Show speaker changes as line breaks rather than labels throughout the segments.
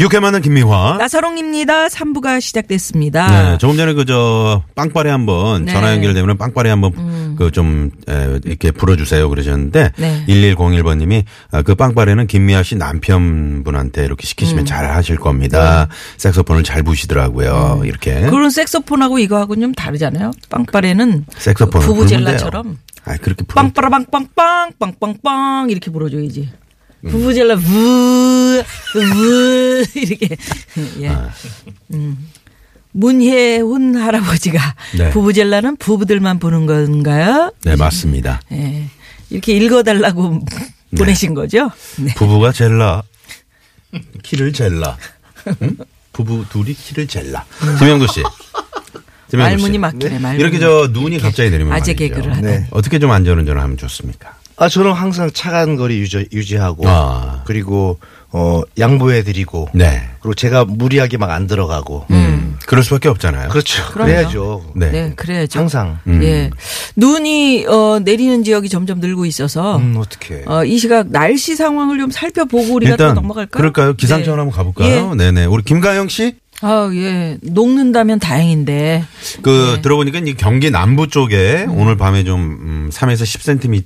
육회만은 김미화.
나사롱입니다. 3부가 시작됐습니다.
어? 네, 조금 전에 그저 빵빠레 한번
네. 음.
전화 연결되면 빵빠레 한번 그 좀 이렇게 불어주세요 그러셨는데
네.
1101번님이 그 빵빠레는 김미아 씨 남편분한테 이렇게
음.
시키시면 잘 하실 겁니다. 색소폰을 잘 부시더라고요. 이렇게
네. 음. 그런 색소폰하고 이거하고 좀 다르잖아요. 빵빠레는
그렇죠. 색소폰을
부부젤라처럼
아 그렇게 부르-
빵빠라빵빵빵 빵빵빵 이렇게 불어줘야지. 부부젤라 부부 이렇게 예. 음. 문혜훈 할아버지가
네.
부부젤라는 부부들만 보는 건가요?
네 맞습니다.
예. 이렇게 읽어달라고 보내신 거죠? 네.
부부가 젤라 키를 젤라 응? 부부 둘이 키를 젤라 김영도 씨. 김영도 씨.
말문이 막히네. 말문이
이렇게 저 눈이 갑자기 내리면
아재
말이죠.
개그를 하다니.
네.
어떻게 좀 안전운전을 하면 좋습니까?
아 저는 항상 차가운 거리 유지,
네.
유지하고
아.
그리고 어 양보해 드리고
네. 음.
그리고 제가 무리하게 막 안 들어가고
그럴 수밖에 없잖아요.
그렇죠.
그럼요.
그래야죠.
네.
음. 네, 그래야죠.
항상
예. 눈이 어, 내리는 지역이 점점 늘고 있어서
음 어떻게
어, 이 시각 날씨 상황을 좀 살펴보고 우리가 또
일단
넘어갈까요?
그럴까요? 기상청
네.
한번 가볼까요?
예.
네네. 우리 김가영 씨,
아, 예. 녹는다면 다행인데.
그
네.
들어보니까 이 경기 남부 쪽에 오늘 밤에 좀 음, 3에서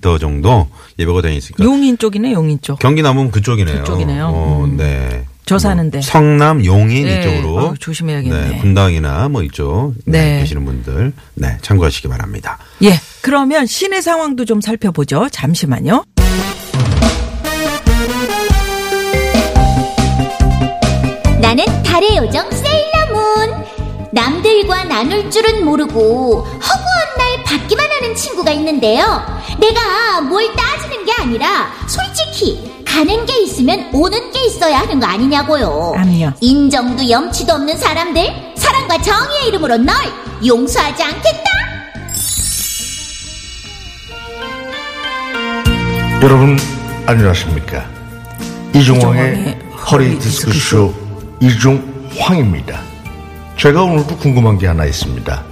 10cm 정도 예보가 되어 있으니까
용인 쪽이네, 용인 쪽.
경기 남부는 그쪽이네요.
그쪽이네요.
어,
음.
네.
저
뭐
사는데.
성남 용인
네.
이쪽으로
아유, 조심해야겠네.
네, 분당이나 뭐 이쪽 네,
네.
계시는 분들 네 참고하시기 바랍니다.
예. 그러면 시내 상황도 좀 살펴보죠. 잠시만요.
나는 달의 요정 세일러문. 남들과 나눌 줄은 모르고 허구한 날 받기만 하는 친구가 있는데요. 내가 뭘 따지는 게 아니라 솔직히 가는 게 있으면 오는 게 있어야 하는 거 아니냐고요.
암요.
인정도 염치도 없는 사람들 사랑과 정의의 이름으로 널 용서하지 않겠다.
여러분 안녕하십니까 이종황의
이종황의
허리 디스크쇼 이종황입니다. 제가 오늘도 궁금한 게 하나 있습니다.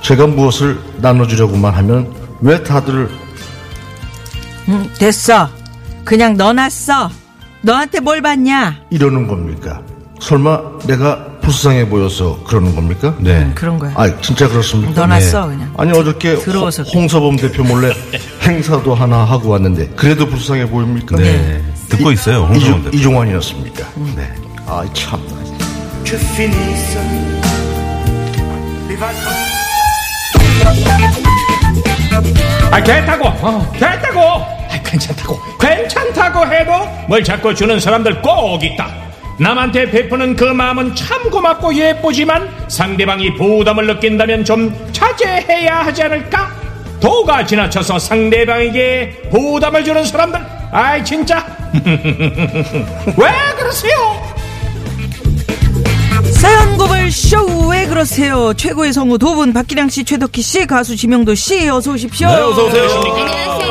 제가 무엇을 나눠주려고만 하면 왜 다들
음, 됐어. 그냥 넣어놨어. 너한테 뭘 받냐?
이러는 겁니까? 설마 내가 불쌍해 보여서 그러는 겁니까?
네.
그런 거야.
아 진짜 그렇습니까?
넣어놨어, 그냥.
아니 어저께
들어와서
홍- 홍서범 대표 몰래 행사도 하나 하고 왔는데 그래도 불쌍해 보입니까?
네. 듣고 있어요. 홍성원
이종,
대표.
이종환이었습니다.
네.
아 참.
아 괜찮다고 어, 괜찮다고 아, 괜찮다고 괜찮다고 해도 뭘 자꾸 주는 사람들 꼭 있다 남한테 베푸는 그 마음은 참 고맙고 예쁘지만 상대방이 부담을 느낀다면 좀 자제해야 하지 않을까 도가 지나쳐서 상대방에게 부담을 주는 사람들 아이 진짜 왜 그러세요
사연 고발 쇼! 왜 그러세요? 최고의 성우 두 분, 박기량 씨, 최덕희 씨, 가수 지명도 씨, 네, 어서 오십시오. 반갑습니다.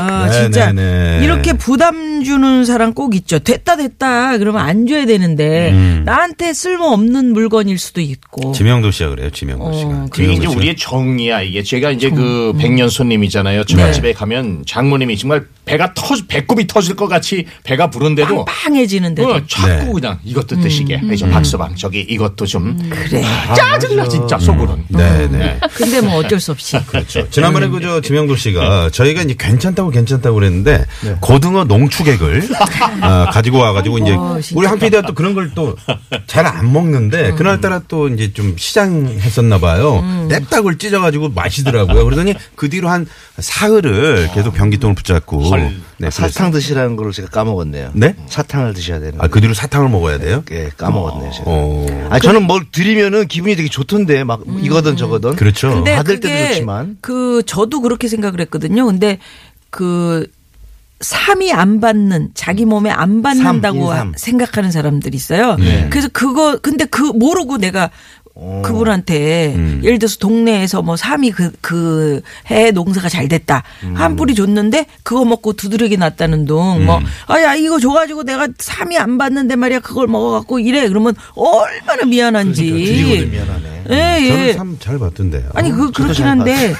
아,
네,
진짜
네, 네.
이렇게 부담 주는 사람 꼭 있죠. 됐다 됐다 그러면 안 줘야 되는데
음.
나한테 쓸모 없는 물건일 수도 있고.
지명도 씨가 그래요. 지명도 씨가.
그게 이제
지명도 음. 씨가.
우리의 정이야 이게 제가 이제 그 백년 손님이잖아요. 처갓집에
네.
가면 장모님이 정말 배가 터 배꼽이 터질 것 같이 배가 부른데도
빵빵해지는데. 도
어, 자꾸
네. 음.
그냥 이것도 드시게. 이제 박서방 저기 이것도 좀
음.
아,
그래.
짜증나 진짜 속으로는.
네, 네.
근데 뭐 어쩔
아,
수 없이.
그렇죠. 지난번에 그저 지명도 씨가 저희가 이제 괜찮다고 괜찮다고 그랬는데 고등어 농축액을 어, 가지고 와가지고 이제
진짜.
우리 한 PD가 또 그런 걸 또 잘 안 먹는데 그날따라 또 이제 좀 시장했었나 봐요. 냅닭을 찢어가지고 마시더라고요. 그러더니 그 뒤로 한 사흘을 계속 변기통을 붙잡고 네, 그래서-
사탕 드시라는 걸 제가 까먹었네요.
네?
사탕을 드셔야 되는.
아, 그 뒤로 사탕을 먹어야 돼요?
예, 까먹었네요. 제가.
어.
아 저는 뭘 드리면은 기분이 되게 좋던데 막 이거든 저거든.
그렇죠.
음. 근데
받을
그게
때도 좋지만.
그 저도 그렇게 생각을 했거든요. 근데 그 삶이 안 받는 자기 몸에 안 받는다고
삶, 인삼. 네.
생각하는 사람들이 있어요. 그래서 그거 근데 그 모르고 내가
어.
그분한테
음.
예를 들어서 동네에서 뭐 삼이 그그 해 농사가 잘 됐다
음.
한 뿌리 줬는데 그거 먹고 두드러기 났다는 둥뭐 아야 이거 줘가지고 내가 삼이 안 받는데 말이야 그걸 먹어갖고 이래 그러면 얼마나 미안한지 예,
그러니까
예.
저는 참 잘 봤던데요.
아니 그 그렇긴 한데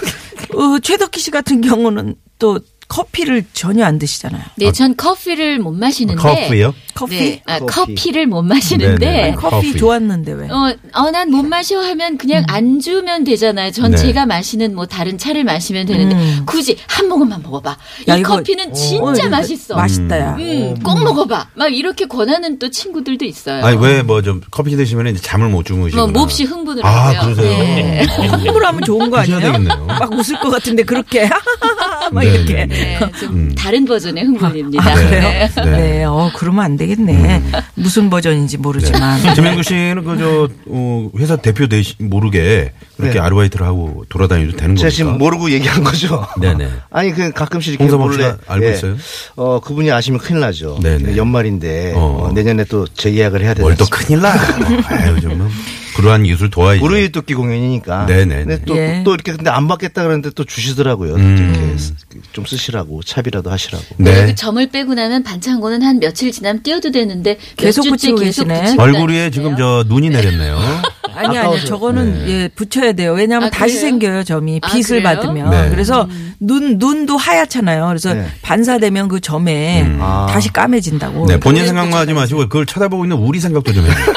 어, 최덕희 씨 같은 경우는 또 커피를 전혀 안 드시잖아요.
네, 전 커피를 못 마시는데.
커피요?
커피?
네, 아,
커피.
커피를 못 마시는데.
네네.
아니, 커피,
커피.
좋았는데 왜?
어, 어, 난 못 마셔 하면 그냥 안 주면 되잖아요. 전
네.
제가 마시는 뭐 다른 차를 마시면 되는데 굳이 한 모금만 먹어봐. 이
야, 이거-
커피는
어,
진짜
이거
맛있어.
맛있다야.
음, 꼭 먹어봐. 막 이렇게 권하는 또 친구들도 있어요.
아니 왜 뭐 좀 커피 드시면 이제 잠을 못 주무시고.
뭐 몹시 흥분을
아,
하고요.
그러세요? 어.
네.
함부로 어, 하면 좋은 거
드셔야
아니에요?
되겠네요.
막 웃을 것 같은데 그렇게 막
네,
이렇게.
네, 네.
네, 좀 다른 버전의 흥분입니다.
아, 그래요?
네.
네.
네. 음.
어 그러면 안 되겠네. 무슨 버전인지 모르지만.
김영규 씨는 그저 어, 회사 대표 되시 모르게 그렇게
네.
아르바이트를 하고 돌아다니도 되는
제가
겁니까?
지금 모르고 얘기한 거죠.
그러니까. 네네.
아니 그 가끔씩 이렇게
홍서범
몰래
씨가 알고 있어요?
어 그분이 아시면 큰일 나죠.
네네.
연말인데
어.
어, 내년에 또 재계약을 해야 되는.
월도 큰일 나. 아유 정말 불우한 이웃을 도와야지.
우리 도끼 공연이니까.
네네네.
근데 또,
예.
또 이렇게 근데 안 받겠다 그러는데 또 주시더라고요.
음.
이렇게 쓰- 그 좀 쓰시라고 차비라도 하시라고. 아,
그리고
네.
그 점을 빼고 나면 반창고는 한 며칠 지나면 띄어도 되는데 몇
계속
주째
붙이고 계시네.
붙이고
얼굴 위에 지금
다니세요?
저 눈이 내렸네요.
아니 아니 저거는
네.
예 붙여야 돼요. 왜냐하면
아,
다시
그래요?
생겨요 점이
아,
빛을
그래요? 음.
받으면.
네.
그래서 눈 눈도 하얗잖아요. 그래서
네.
반사되면 그 점에 다시 까매진다고.
음.
그러니까
네, 본인 생각만 하지 마시고 그걸 쳐다보고 있는 우리 생각도 좀 해주세요.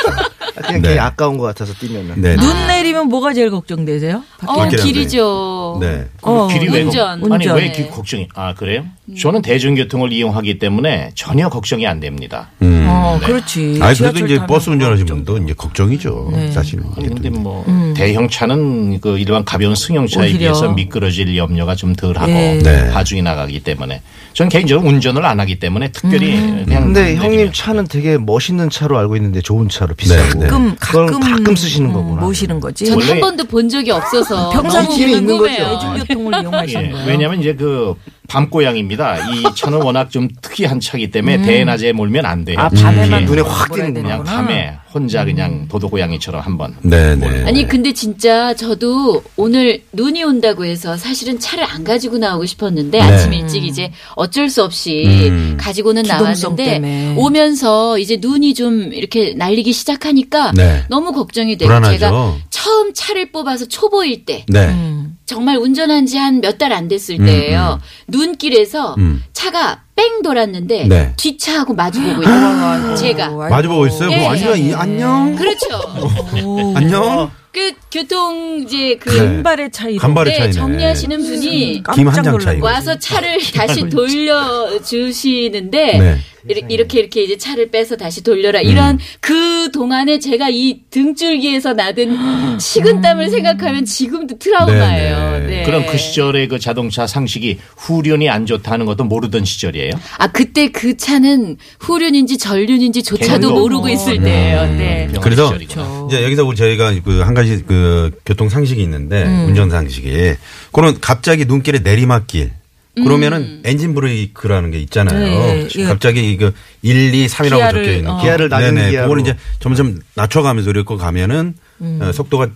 그냥
네.
게 아까운 것 같아서 뛰면은.
네. 네.
눈 내리면 뭐가 제일 걱정되세요?
어,
밖에 안
길이죠.
네.
어,
길이 왜
운전,
걱- 아니
운전. 음.
왜 길 걱정이 아 그래요? 저는 대중교통을 이용하기 때문에 전혀 걱정이 네. 안 됩니다.
어, 그렇지.
네. 음. 아니
지하철
그래도 이제
타면
버스 운전하시는
걱정.
분도 이제 걱정이죠. 사실은.
아니 근데
음.
뭐 대형 차는 그 일반 가벼운 승용 차에
음. 오히려.
비해서 미끄러질 염려가 좀 덜하고
예.
네.
하중이 나가기 때문에 전 개인적으로 운전을 안 하기 때문에 특별히
음.
그냥
근데
음,
내리면-
형님 차는 되게 멋있는 차로 알고 있는데 좋은 차로 비싸고.
네, 네.
가끔
그건
가끔
가끔 쓰시는
음,
거구나.
모시는 거지.
전 한
원래-
번도 본 적이 없어서
아,
너무
평상시에
있는 거죠.
궁금해요.
대중교통을 이용하시는
예,
거예요.
왜냐하면 이제 그 밤고양입니다. 이 차는 워낙 좀 특이한 차기 때문에 대낮에 몰면 안 돼요.
음. 아 밤에만
특히
눈에 확
몰아야
띄는구나.
그냥
되는구나. 음.
밤에 혼자 그냥 도도고양이처럼 한번
네, 네.
아니 그 근데 진짜 저도 오늘 눈이 온다고 해서 사실은 차를 안 가지고 나오고 싶었는데 아침 일찍 이제 어쩔 수 없이
네. 음.
가지고는
기동성
나왔는데
때문에.
오면서 이제 눈이 좀 이렇게 날리기 시작하니까
네.
너무 걱정이 되고
불안하죠.
제가 처음 차를 뽑아서 초보일 때
네.
정말 운전한 지 한 몇 달 안 됐을 때예요. 눈길에서
음.
차가 뺑 돌았는데
네.
뒷차하고 마주보고 있어요. 제가
아이고.
마주보고 있어요.
예.
뭐 완전 이 안녕. 어,
그렇죠.
오,
안녕.
그 교통 이제 그
네.
예. 간발의 차이.
간발의
네,
차이네. 음.
정리하시는 분이
깜짝
김한장
놀랐네.
차이.
와서 차를 다시 돌려
음.
주시는데
네. 음.
이렇게 이렇게 이제 차를 빼서 다시 돌려라 이런 그 동안에 제가 이 등줄기에서 나든 식은땀을 생각하면 지금도 트라우마예요.
음. 네, 네.
네.
그런 그 시절의 그 자동차 상식이 후륜이 안 좋다는 것도 모르던 시절이에요.
아 그때 그 차는 후륜인지 전륜인지 조차도
개념도
모르고
없고.
있을 때예요. 네.
병원
그래서
시절이구나.
그렇죠.
이제 여기서 우리 저희가 그 한 가지 그 교통 상식이 있는데
음.
운전 상식이 그런 갑자기 눈길에 내리막길 그러면은 엔진 브레이크라는 게 있잖아요.
음. 네, 예.
갑자기 이거 1, 2, 3이라고
기아를,
적혀 있는
어. 음.
기아를 낮은
네네.
기아로.
그걸 이제 점점 낮춰가면서 이렇게 가면은 어, 속도가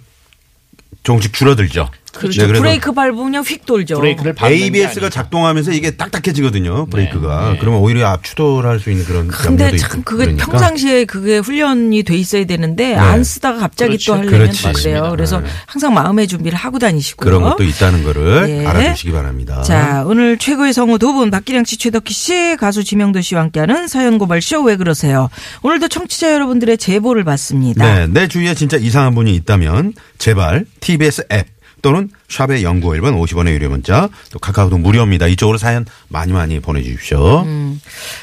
조금씩 줄어들죠.
그렇죠.
네, 그래서
브레이크 밟으면 휙 돌죠.
어.
브레이크를 밟는 게
ABS가
아니죠.
작동하면서 이게 딱딱해지거든요. 브레이크가. 그러면 오히려 앞 추돌할 수 있는 그런
네. 근데
염려도
참
있고
그게
그러니까. 네.
평상시에 그게 훈련이 돼 있어야 되는데 안 쓰다가 갑자기
그렇죠. 네.
또 하려면
그렇지.
또 그래요. 그래서 항상 마음의 준비를 하고 다니시고요.
그런 것도 있다는 거를
예.
알아두시기 바랍니다.
자, 오늘 최고의 성우 두 분, 박기량 씨, 최덕희 씨, 가수 지명도 씨와 함께하는 사연고발쇼 왜 그러세요? 오늘도 청취자 여러분들의 제보를 받습니다.
네, 내 주위에 진짜 이상한 분이 있다면 제발 TBS 앱 또는 샵의 연구 1번 50원의 유료 문자 또 카카오톡 무료입니다. 이쪽으로 사연 많이 많이 보내주십시오.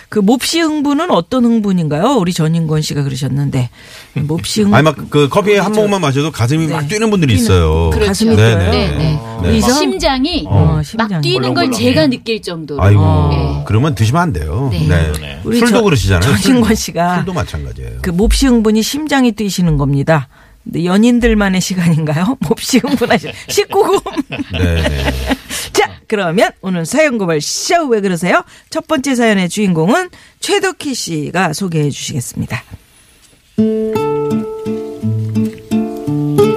그 몹시 흥분은 어떤 흥분인가요? 우리 전인권 씨가 그러셨는데 몹시 흥분.
아니 막 그 커피
그렇죠.
한 모금만 마셔도 가슴이 막 뛰는 분들이 있어요.
그렇죠.
네. 가슴이
네네.
뛰어요?
네, 네.
네.
이상-
심장이
어,
막
심장.
뛰는 걸
벌렁벌렁.
제가 느낄 정도로.
아이고
예.
그러면 드시면 안 돼요.
네.
네.
네. 우리
술도
저-
그러시잖아요.
전인권
술도.
씨가
술도 마찬가지예요.
그 몹시 흥분이 심장이 뛰시는 겁니다. 근데 연인들만의 시간인가요? 몹시 흥분하시. 19금.
네. 네.
자, 자, 그러면 오늘 사연 고발 쇼 왜 그러세요? 첫 번째 사연의 주인공은 최덕희 씨가 소개해 주시겠습니다.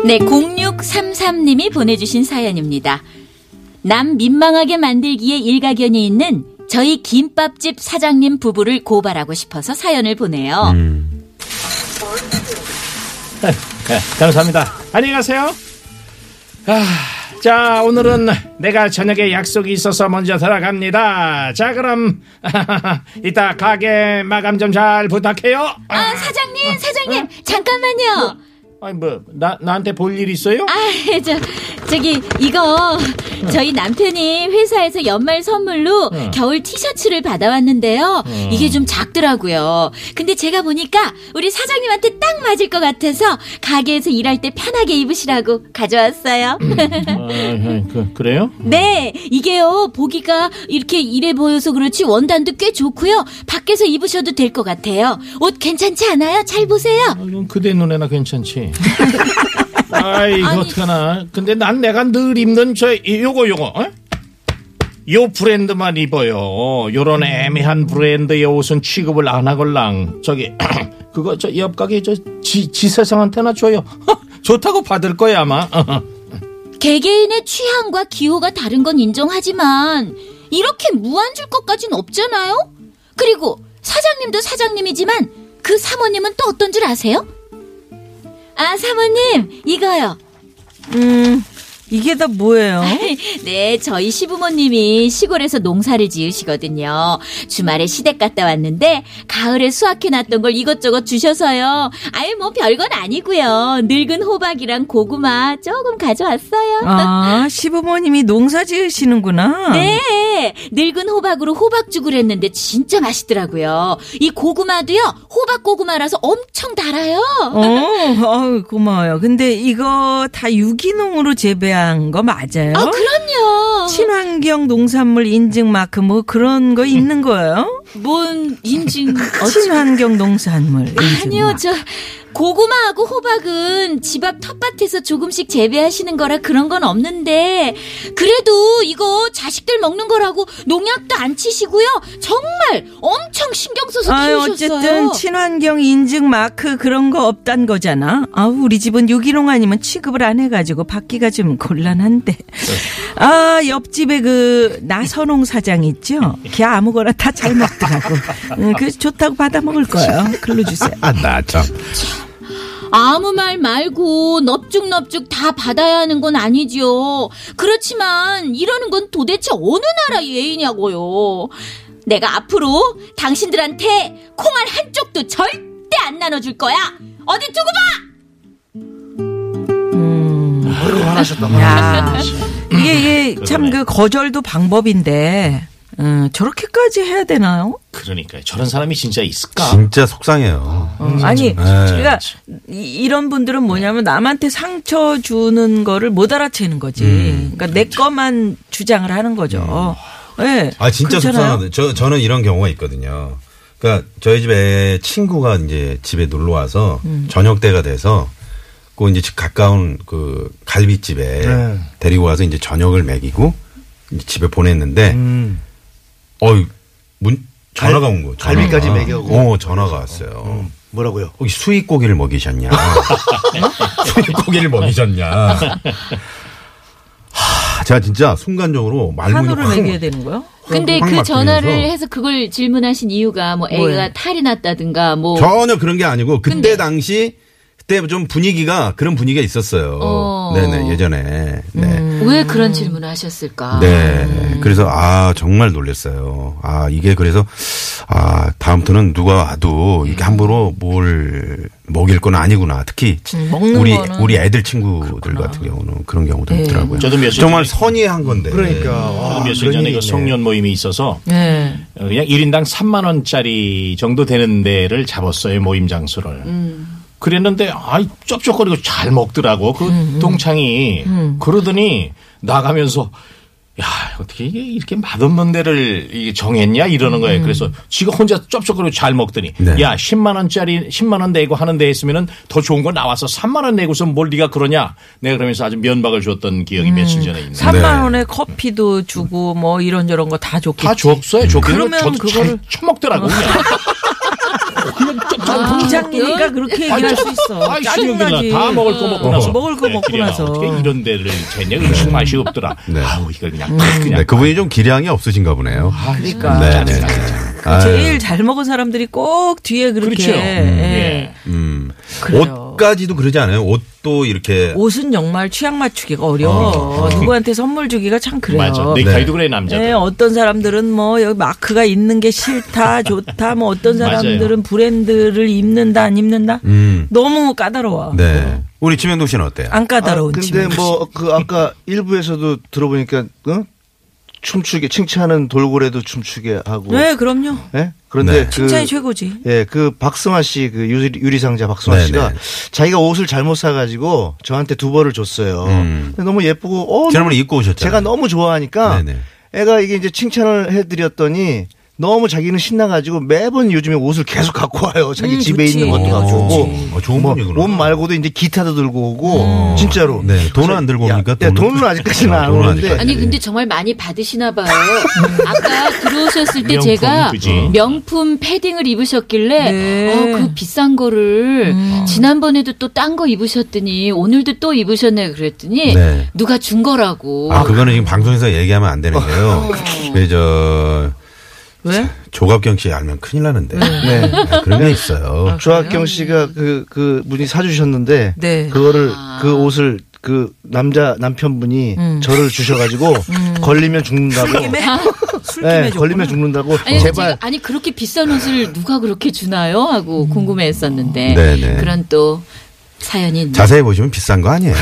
네, 0633님이 보내주신 사연입니다. 남 민망하게 만들기에 일가견이 있는 저희 김밥집 사장님 부부를 고발하고 싶어서 사연을 보내요.
네, 감사합니다. 안녕히 가세요. 아, 자, 오늘은 내가 저녁에 약속이 있어서 먼저 들어갑니다. 자, 그럼 이따 가게 마감 좀 잘 부탁해요.
아, 사장님, 사장님, 잠깐만요.
아니 뭐, 나 나한테 볼 일 있어요?
아, 저, 저기, 이거, 저희 남편이 회사에서 연말 선물로 겨울 티셔츠를 받아왔는데요. 이게 좀 작더라고요. 근데 제가 보니까 우리 사장님한테 딱 맞을 것 같아서 가게에서 일할 때 편하게 입으시라고 가져왔어요.
아, 그, 그래요?
네, 이게요, 보기가 이렇게 이래 보여서 그렇지 원단도 꽤 좋고요. 밖에서 입으셔도 될 것 같아요. 옷 괜찮지 않아요? 잘 보세요.
아, 이건 그대 눈에나 괜찮지. 아 이거
아니.
어떡하나. 근데 난 내가 늘 입는 저 이- 요거 요거. 어? 요 브랜드만 입어요. 요런 애매한 브랜드의 옷은 취급을 안 하걸랑. 저기 그거 저 옆 가게 저지 지 세상한테나 줘요. 어, 좋다고 받을 거야 아마. 어,
개개인의 취향과 기호가 다른 건 인정하지만 이렇게 무한 줄 것까진 없잖아요. 그리고 사장님도 사장님이지만 그 사모님은 또 어떤 줄 아세요? 아 사모님 이거요.
음, 이게 다 뭐예요?
네 저희 시부모님이 시골에서 농사를 지으시거든요. 주말에 시댁 갔다 왔는데 가을에 수확해놨던 걸 이것저것 주셔서요. 아유 뭐 별건 아니고요. 늙은 호박이랑 고구마 조금 가져왔어요.
아, 시부모님이 농사 지으시는구나.
네, 늙은 호박으로 호박죽을 했는데 진짜 맛있더라고요. 이 고구마도요, 호박 고구마라서 엄청 달아요.
어, 아유, 고마워요. 근데 이거 다 유기농으로 재배한 거 맞아요?
아, 그럼요.
친환경 농산물 인증 마크 뭐 그런 거 있는 거예요?
뭔 인증?
친환경 농산물 인증
그렇죠. 아니요,
마크.
저 고구마하고 호박은 집 앞 텃밭에서 조금씩 재배하시는 거라 그런 건 없는데 그래도 이거 자식들 먹는 거라고 농약도 안 치시고요. 정말 엄청 신경 써서
아유,
키우셨어요.
어쨌든 친환경 인증 마크 그런 거 없단 거잖아. 아우 우리 집은 유기농 아니면 취급을 안 해가지고 받기가 좀 곤란한데. 아 옆집에 그 나선홍 사장 있죠. 걔 아무거나 다 잘 먹더라고. 음, 그래서 좋다고 받아 먹을 거예요. 글로 주세요.
아나 참.
아무 말 말고 넙죽넙죽 다 받아야 하는 건 아니지요. 그렇지만 이러는 건 도대체 어느 나라 예의냐고요. 내가 앞으로 당신들한테 콩알 한쪽도 절대 안 나눠줄 거야. 어디 두고 봐.
아,
야, 이게, 참 그 거절도 방법인데 음, 저렇게까지 해야 되나요?
그러니까 저런 사람이 진짜 있을까?
그러니까
진짜 속상해요.
어, 아니,
네.
그러니까 이- 이런 분들은 뭐냐면 남한테 상처 주는 거를 못 알아채는 거지.
음,
그러니까 내 거만 주장을 하는 거죠. 예.
그렇죠. 아 진짜
그렇잖아요.
속상하다. 저 저는 이런 경우가 있거든요. 그러니까 저희 집에 친구가 이제 집에 놀러 와서
음.
저녁 때가 돼서 그 이제 집 가까운 그 갈비집에
네.
데리고 와서 이제 저녁을 먹이고 이제 집에 보냈는데
음,
어이 문 전화가 온 거예요. 전화가.
음. 갈비까지 먹여오고. 음.
어 전화가 왔어요.
뭐라고요?
혹시 수입 고기를 먹이셨냐? 수입 고기를 먹이셨냐? 하, 제가 진짜 순간적으로 말문이
한우를
확-
먹여야 되는 거요?
근데 그
꽉 막히면서.
전화를 해서 그걸 질문하신 이유가 뭐 애가
뭐예요?
탈이 났다든가 뭐
전혀 그런 게 아니고 그때
근데-
당시 그때 좀 분위기가 그런 분위기가 있었어요.
어.
네네 예전에 네.
왜 그런 질문을
아.
하셨을까?
네. 그래서 아 정말 놀랐어요. 아 이게 그래서 아 다음부터는 누가 와도 이게 함부로 뭘 먹일 건 아니구나. 특히
음, 먹는
우리
거는 네.
우리 애들 친구들 같은 경우는 그런 경우도 있더라고요.
저도 몇칠
정말 선의한 건데.
그러니까.
아,
와,
며칠
그런
전에
일이
그
있네.
송년 모임이 있어서
네.
어, 그냥 1인당 3만 원짜리 정도 되는 데를 잡았어요 모임 장소를.
음.
그랬는데 아이
음,
쩝쩝거리고 잘 먹더라고 그 동창이 그러더니 나가면서 야 어떻게 이게 이렇게 맛없는 데를 이게 정했냐 이러는
음.
거예요. 그래서 지가 혼자 쩝쩝거리고 잘 먹더니
네.
야 10만 원짜리 10만 원 내고 하는 데에 있으면은 더 좋은 거 나와서 3만 원 내고서 뭘 네가 그러냐. 내가 그러면서 아주 면박을 줬던
음.
기억이 며칠 전에 있는데.
네.
3만 원에 커피도 주고 뭐 이런저런 거 다 줬겠지.
다 줬어요. 줬기는
그러면
저도
그거를-
잘 처먹더라고. 그냥. 그냥 쩝쩝
아, 공장이니까 그렇게 얘기할 수 있어.
아, 아이,
짜증나지.
신경질나. 그러니까 다 먹을 거 먹고
어,
나서.
먹을 거
네,
먹고
그래야
나서.
어떻게 이런 데를 쟀냐. 음식 맛이 없더라.
네.
아우, 이걸 그냥 팍 그냥.
네, 그분이 좀 기량이 없으신가 보네요.
그러니까.
네, 네, 네. 아유,
제일 잘 먹은 사람들이 꼭 뒤에 그렇게.
그렇죠.
예.
예.
음.
아, 그래요.
옷까지도 그러지 않아요? 옷도 이렇게
옷은 정말 취향 맞추기가 어려워. 누구한테 선물 주기가 참 그래요.
맞아. 넥타이도 그래, 남자들.
네, 어떤 사람들은 뭐 여기 마크가 있는 게 싫다, 좋다, 뭐 어떤
맞아요. 음.
사람들은 브랜드를 입는다, 안 입는다. 너무 까다로워.
음, 네. 우리 지명도 씨는 어때요?
아, 안 까다로운
근데
친구.
뭐 그 아까 일부에서도 들어보니까 어? 춤추게 칭찬하는 돌고래도 춤추게 하고.
네, 그럼요.
예?
네.
그런데 그
칭찬이 최고지.
예, 그 박승환 씨 그 유리, 상자 박승환
네,
씨가
네.
자기가 옷을 잘못 사가지고 저한테 두 벌을 줬어요. 근데 너무 예쁘고 어,
지난번에 입고 오셨잖아요.
제가 너무 좋아하니까
음. 네네.
애가 이게 이제 칭찬을 해드렸더니 너무 자기는 신나가지고 매번 요즘에 옷을 계속 갖고 와요. 자기
음,
집에
좋지.
있는 것도
어,
갖고 오고
좋지. 어, 좋은
뭐
분이구나.
옷 말고도 이제 기타도 들고 오고 진짜로.
네, 돈은 안 들고 옵니까?
야, 야,
돈은?
돈은 아직까지는
아,
안
돈은
오는데
아직까지.
아니 근데 정말 많이 받으시나 봐요. 아까 들어오셨을 때
명품,
제가
그지?
명품 패딩을 입으셨길래
네. 음.
어, 그 비싼 거를 지난번에도 또 딴 거 입으셨더니 오늘도 또 입으셨네 그랬더니
네.
누가 준 거라고.
아, 그거는 지금 방송에서 얘기하면 안 되는
어,
거예요.
그렇죠.
그, 저,
왜?
조갑경 씨 알면 큰일 나는데. 네. 그런 게
아,
있어요.
조학경 씨가 그, 그 분이 사주셨는데,
네.
그거를, 그 옷을 그 남자, 남편분이 저를 주셔가지고, 걸리면 죽는다고.
음. 술김에? 술김에
네, 걸리면 죽는다고.
아니,
제발.
제가, 아니 그렇게 비싼 옷을 누가 그렇게 주나요? 하고
음.
궁금해했었는데
네네.
그런 또 사연이 있네요.
자세히 보시면 비싼 거 아니에요.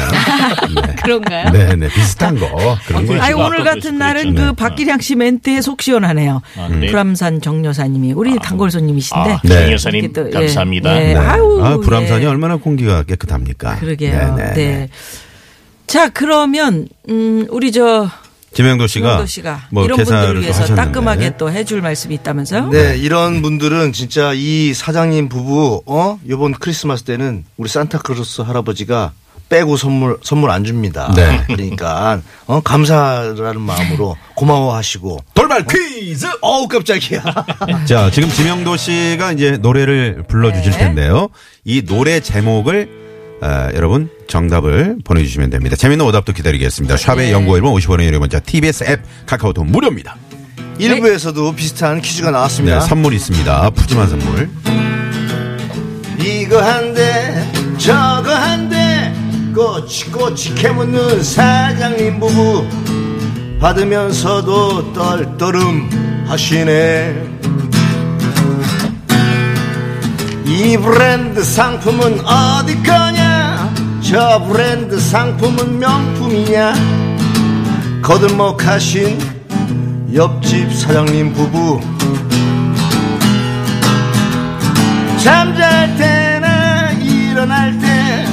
그런가요?
네, 네. 비슷한 거. 그런 거.
아니
아까
오늘 같은
그랬죠.
날은
그랬죠.
그 박기량 씨 멘트에 속 시원하네요.
아, 네.
프람산 정여사님이 우리 단골 손님이신데
아,
네.
네. 여사님
이렇게 또, 예,
감사합니다.
예.
네.
아우,
아, 불암산이
네.
얼마나 공기가 깨끗합니까?
그러게요. 네. 자 그러면 음 우리 저
지명도 씨가,
김도 씨가
뭐
이런
계산을
분들을 위해서
하셨는데.
따끔하게 또 해줄 말씀이 있다면서요?
네, 이런 분들은 진짜 이 사장님 부부, 어? 요번 크리스마스 때는 우리 산타크로스 할아버지가 빼고 선물, 선물 안 줍니다.
네.
그러니까, 어? 감사라는 마음으로 고마워하시고.
돌발 퀴즈!
어우, 깜짝이야.
자, 지금 지명도 씨가 이제 노래를 불러주실
네.
텐데요. 이 노래 제목을 아, 여러분 정답을 보내주시면 됩니다. 재미있는 오답도 기다리겠습니다.
네.
샵의 연구 1번 50원의 유료 문자 TBS 앱 카카오톡 무료입니다.
일부에서도 비슷한 퀴즈가 나왔습니다.
네, 선물 있습니다. 푸짐한 선물.
이거 한대 저거 한대 꼬치꼬치 캐묻는 사장님 부부 받으면서도 떨떠름 하시네 이 브랜드 상품은 어디 거냐 저 브랜드 상품은 명품이냐 거듭목하신 옆집 사장님 부부 잠잘 때나 일어날 때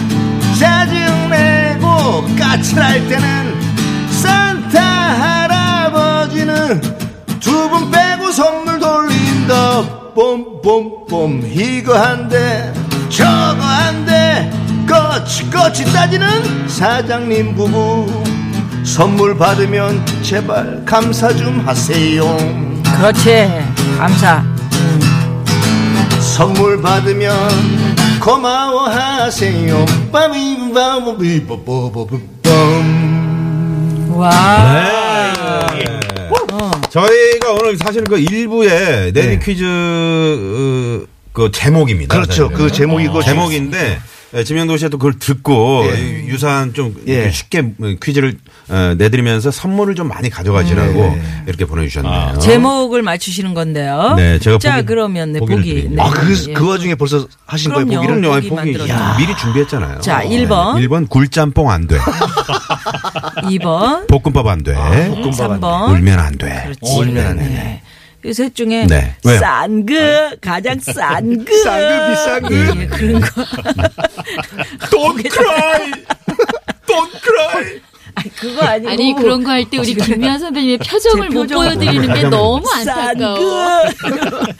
짜증내고 까칠할 때는 산타 할아버지는 두 분 빼고 선물 돌린다 뽐뽐뽐 이거 한대 저거 한대 거치거치 따지는 사장님 부부 선물 받으면 제발 감사 좀 하세요
그렇지. 감사.
선물 받으면 고마워하세요. 빠비바보비뽀뽀뽀뽀.
네.
와.
저희가 오늘 사실 그 일부의 내리
네.
퀴즈 어, 그 제목입니다.
그렇죠.
사실은. 어,
그 제목이고
제목인데 예, 지명도 씨가 또 그걸 듣고 유- 유사한 좀
예.
쉽게 퀴즈를 어, 내드리면서 선물을 좀 많이 가져가시라고 이렇게 음. 보내주셨네요.
아. 제목을 맞추시는 건데요.
네, 제가
자
보기-
그러면 네,
보기를
보기.
드리겠습니다.
네.
아, 그,
예.
그 와중에 벌써 하신 거예요,
그럼요.
보기를?
그럼요. 아니,
보기
보기
만들어서.
야, 미리 준비했잖아요.
자,
네.
일 번.
1번 굴짬뽕 안 돼.
2번,
아, 볶음밥 안 돼.
3번.
울면 안 돼.
그렇지. 울면 네. 그셋 중에
어, 네. 왜요?
싼 그, 가장 싼 그.
싼 그, 비싼 그.
예, 그런 거.
Don't cry! Don't cry!
아이, 그거 아니고
아니 그런 거 할 때 우리 김미아 선배님의
네,
표정을
제
못
표정.
보여드리는 게 너무
그
안타까워.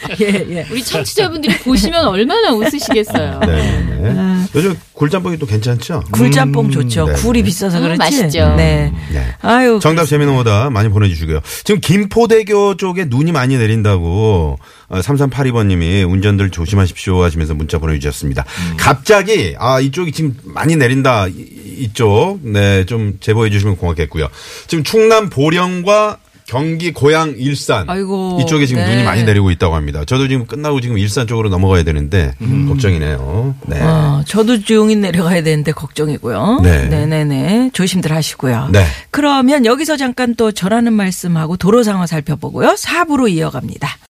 예예.
우리 청취자분들이 보시면 얼마나 웃으시겠어요.
네.
아.
요즘 굴짬뽕이 또 괜찮죠?
굴짬뽕 좋죠.
네.
굴이 비싸서
음,
그렇지.
맛있죠.
네.
네.
아유
정답 재미는 오다 많이 보내주시고요. 지금 김포대교 쪽에 눈이 많이 내린다고 3382번님이 운전들 조심하십시오 하시면서 문자 보내주셨습니다.
음.
갑자기 아 이쪽이 지금 많이 내린다 이- 이쪽 네 좀 제보해 주시면 고맙겠고요. 지금 충남 보령과 경기 고양 일산
아이고,
이쪽에 지금
네.
눈이 많이 내리고 있다고 합니다. 저도 지금 끝나고 지금 일산 쪽으로 넘어가야 되는데
음.
걱정이네요. 네.
어, 저도 조용히 내려가야 되는데 걱정이고요.
네.
네네 조심들 하시고요.
네.
그러면 여기서 잠깐 또 저라는 말씀하고 도로 상황 살펴보고요. 4부로 이어갑니다.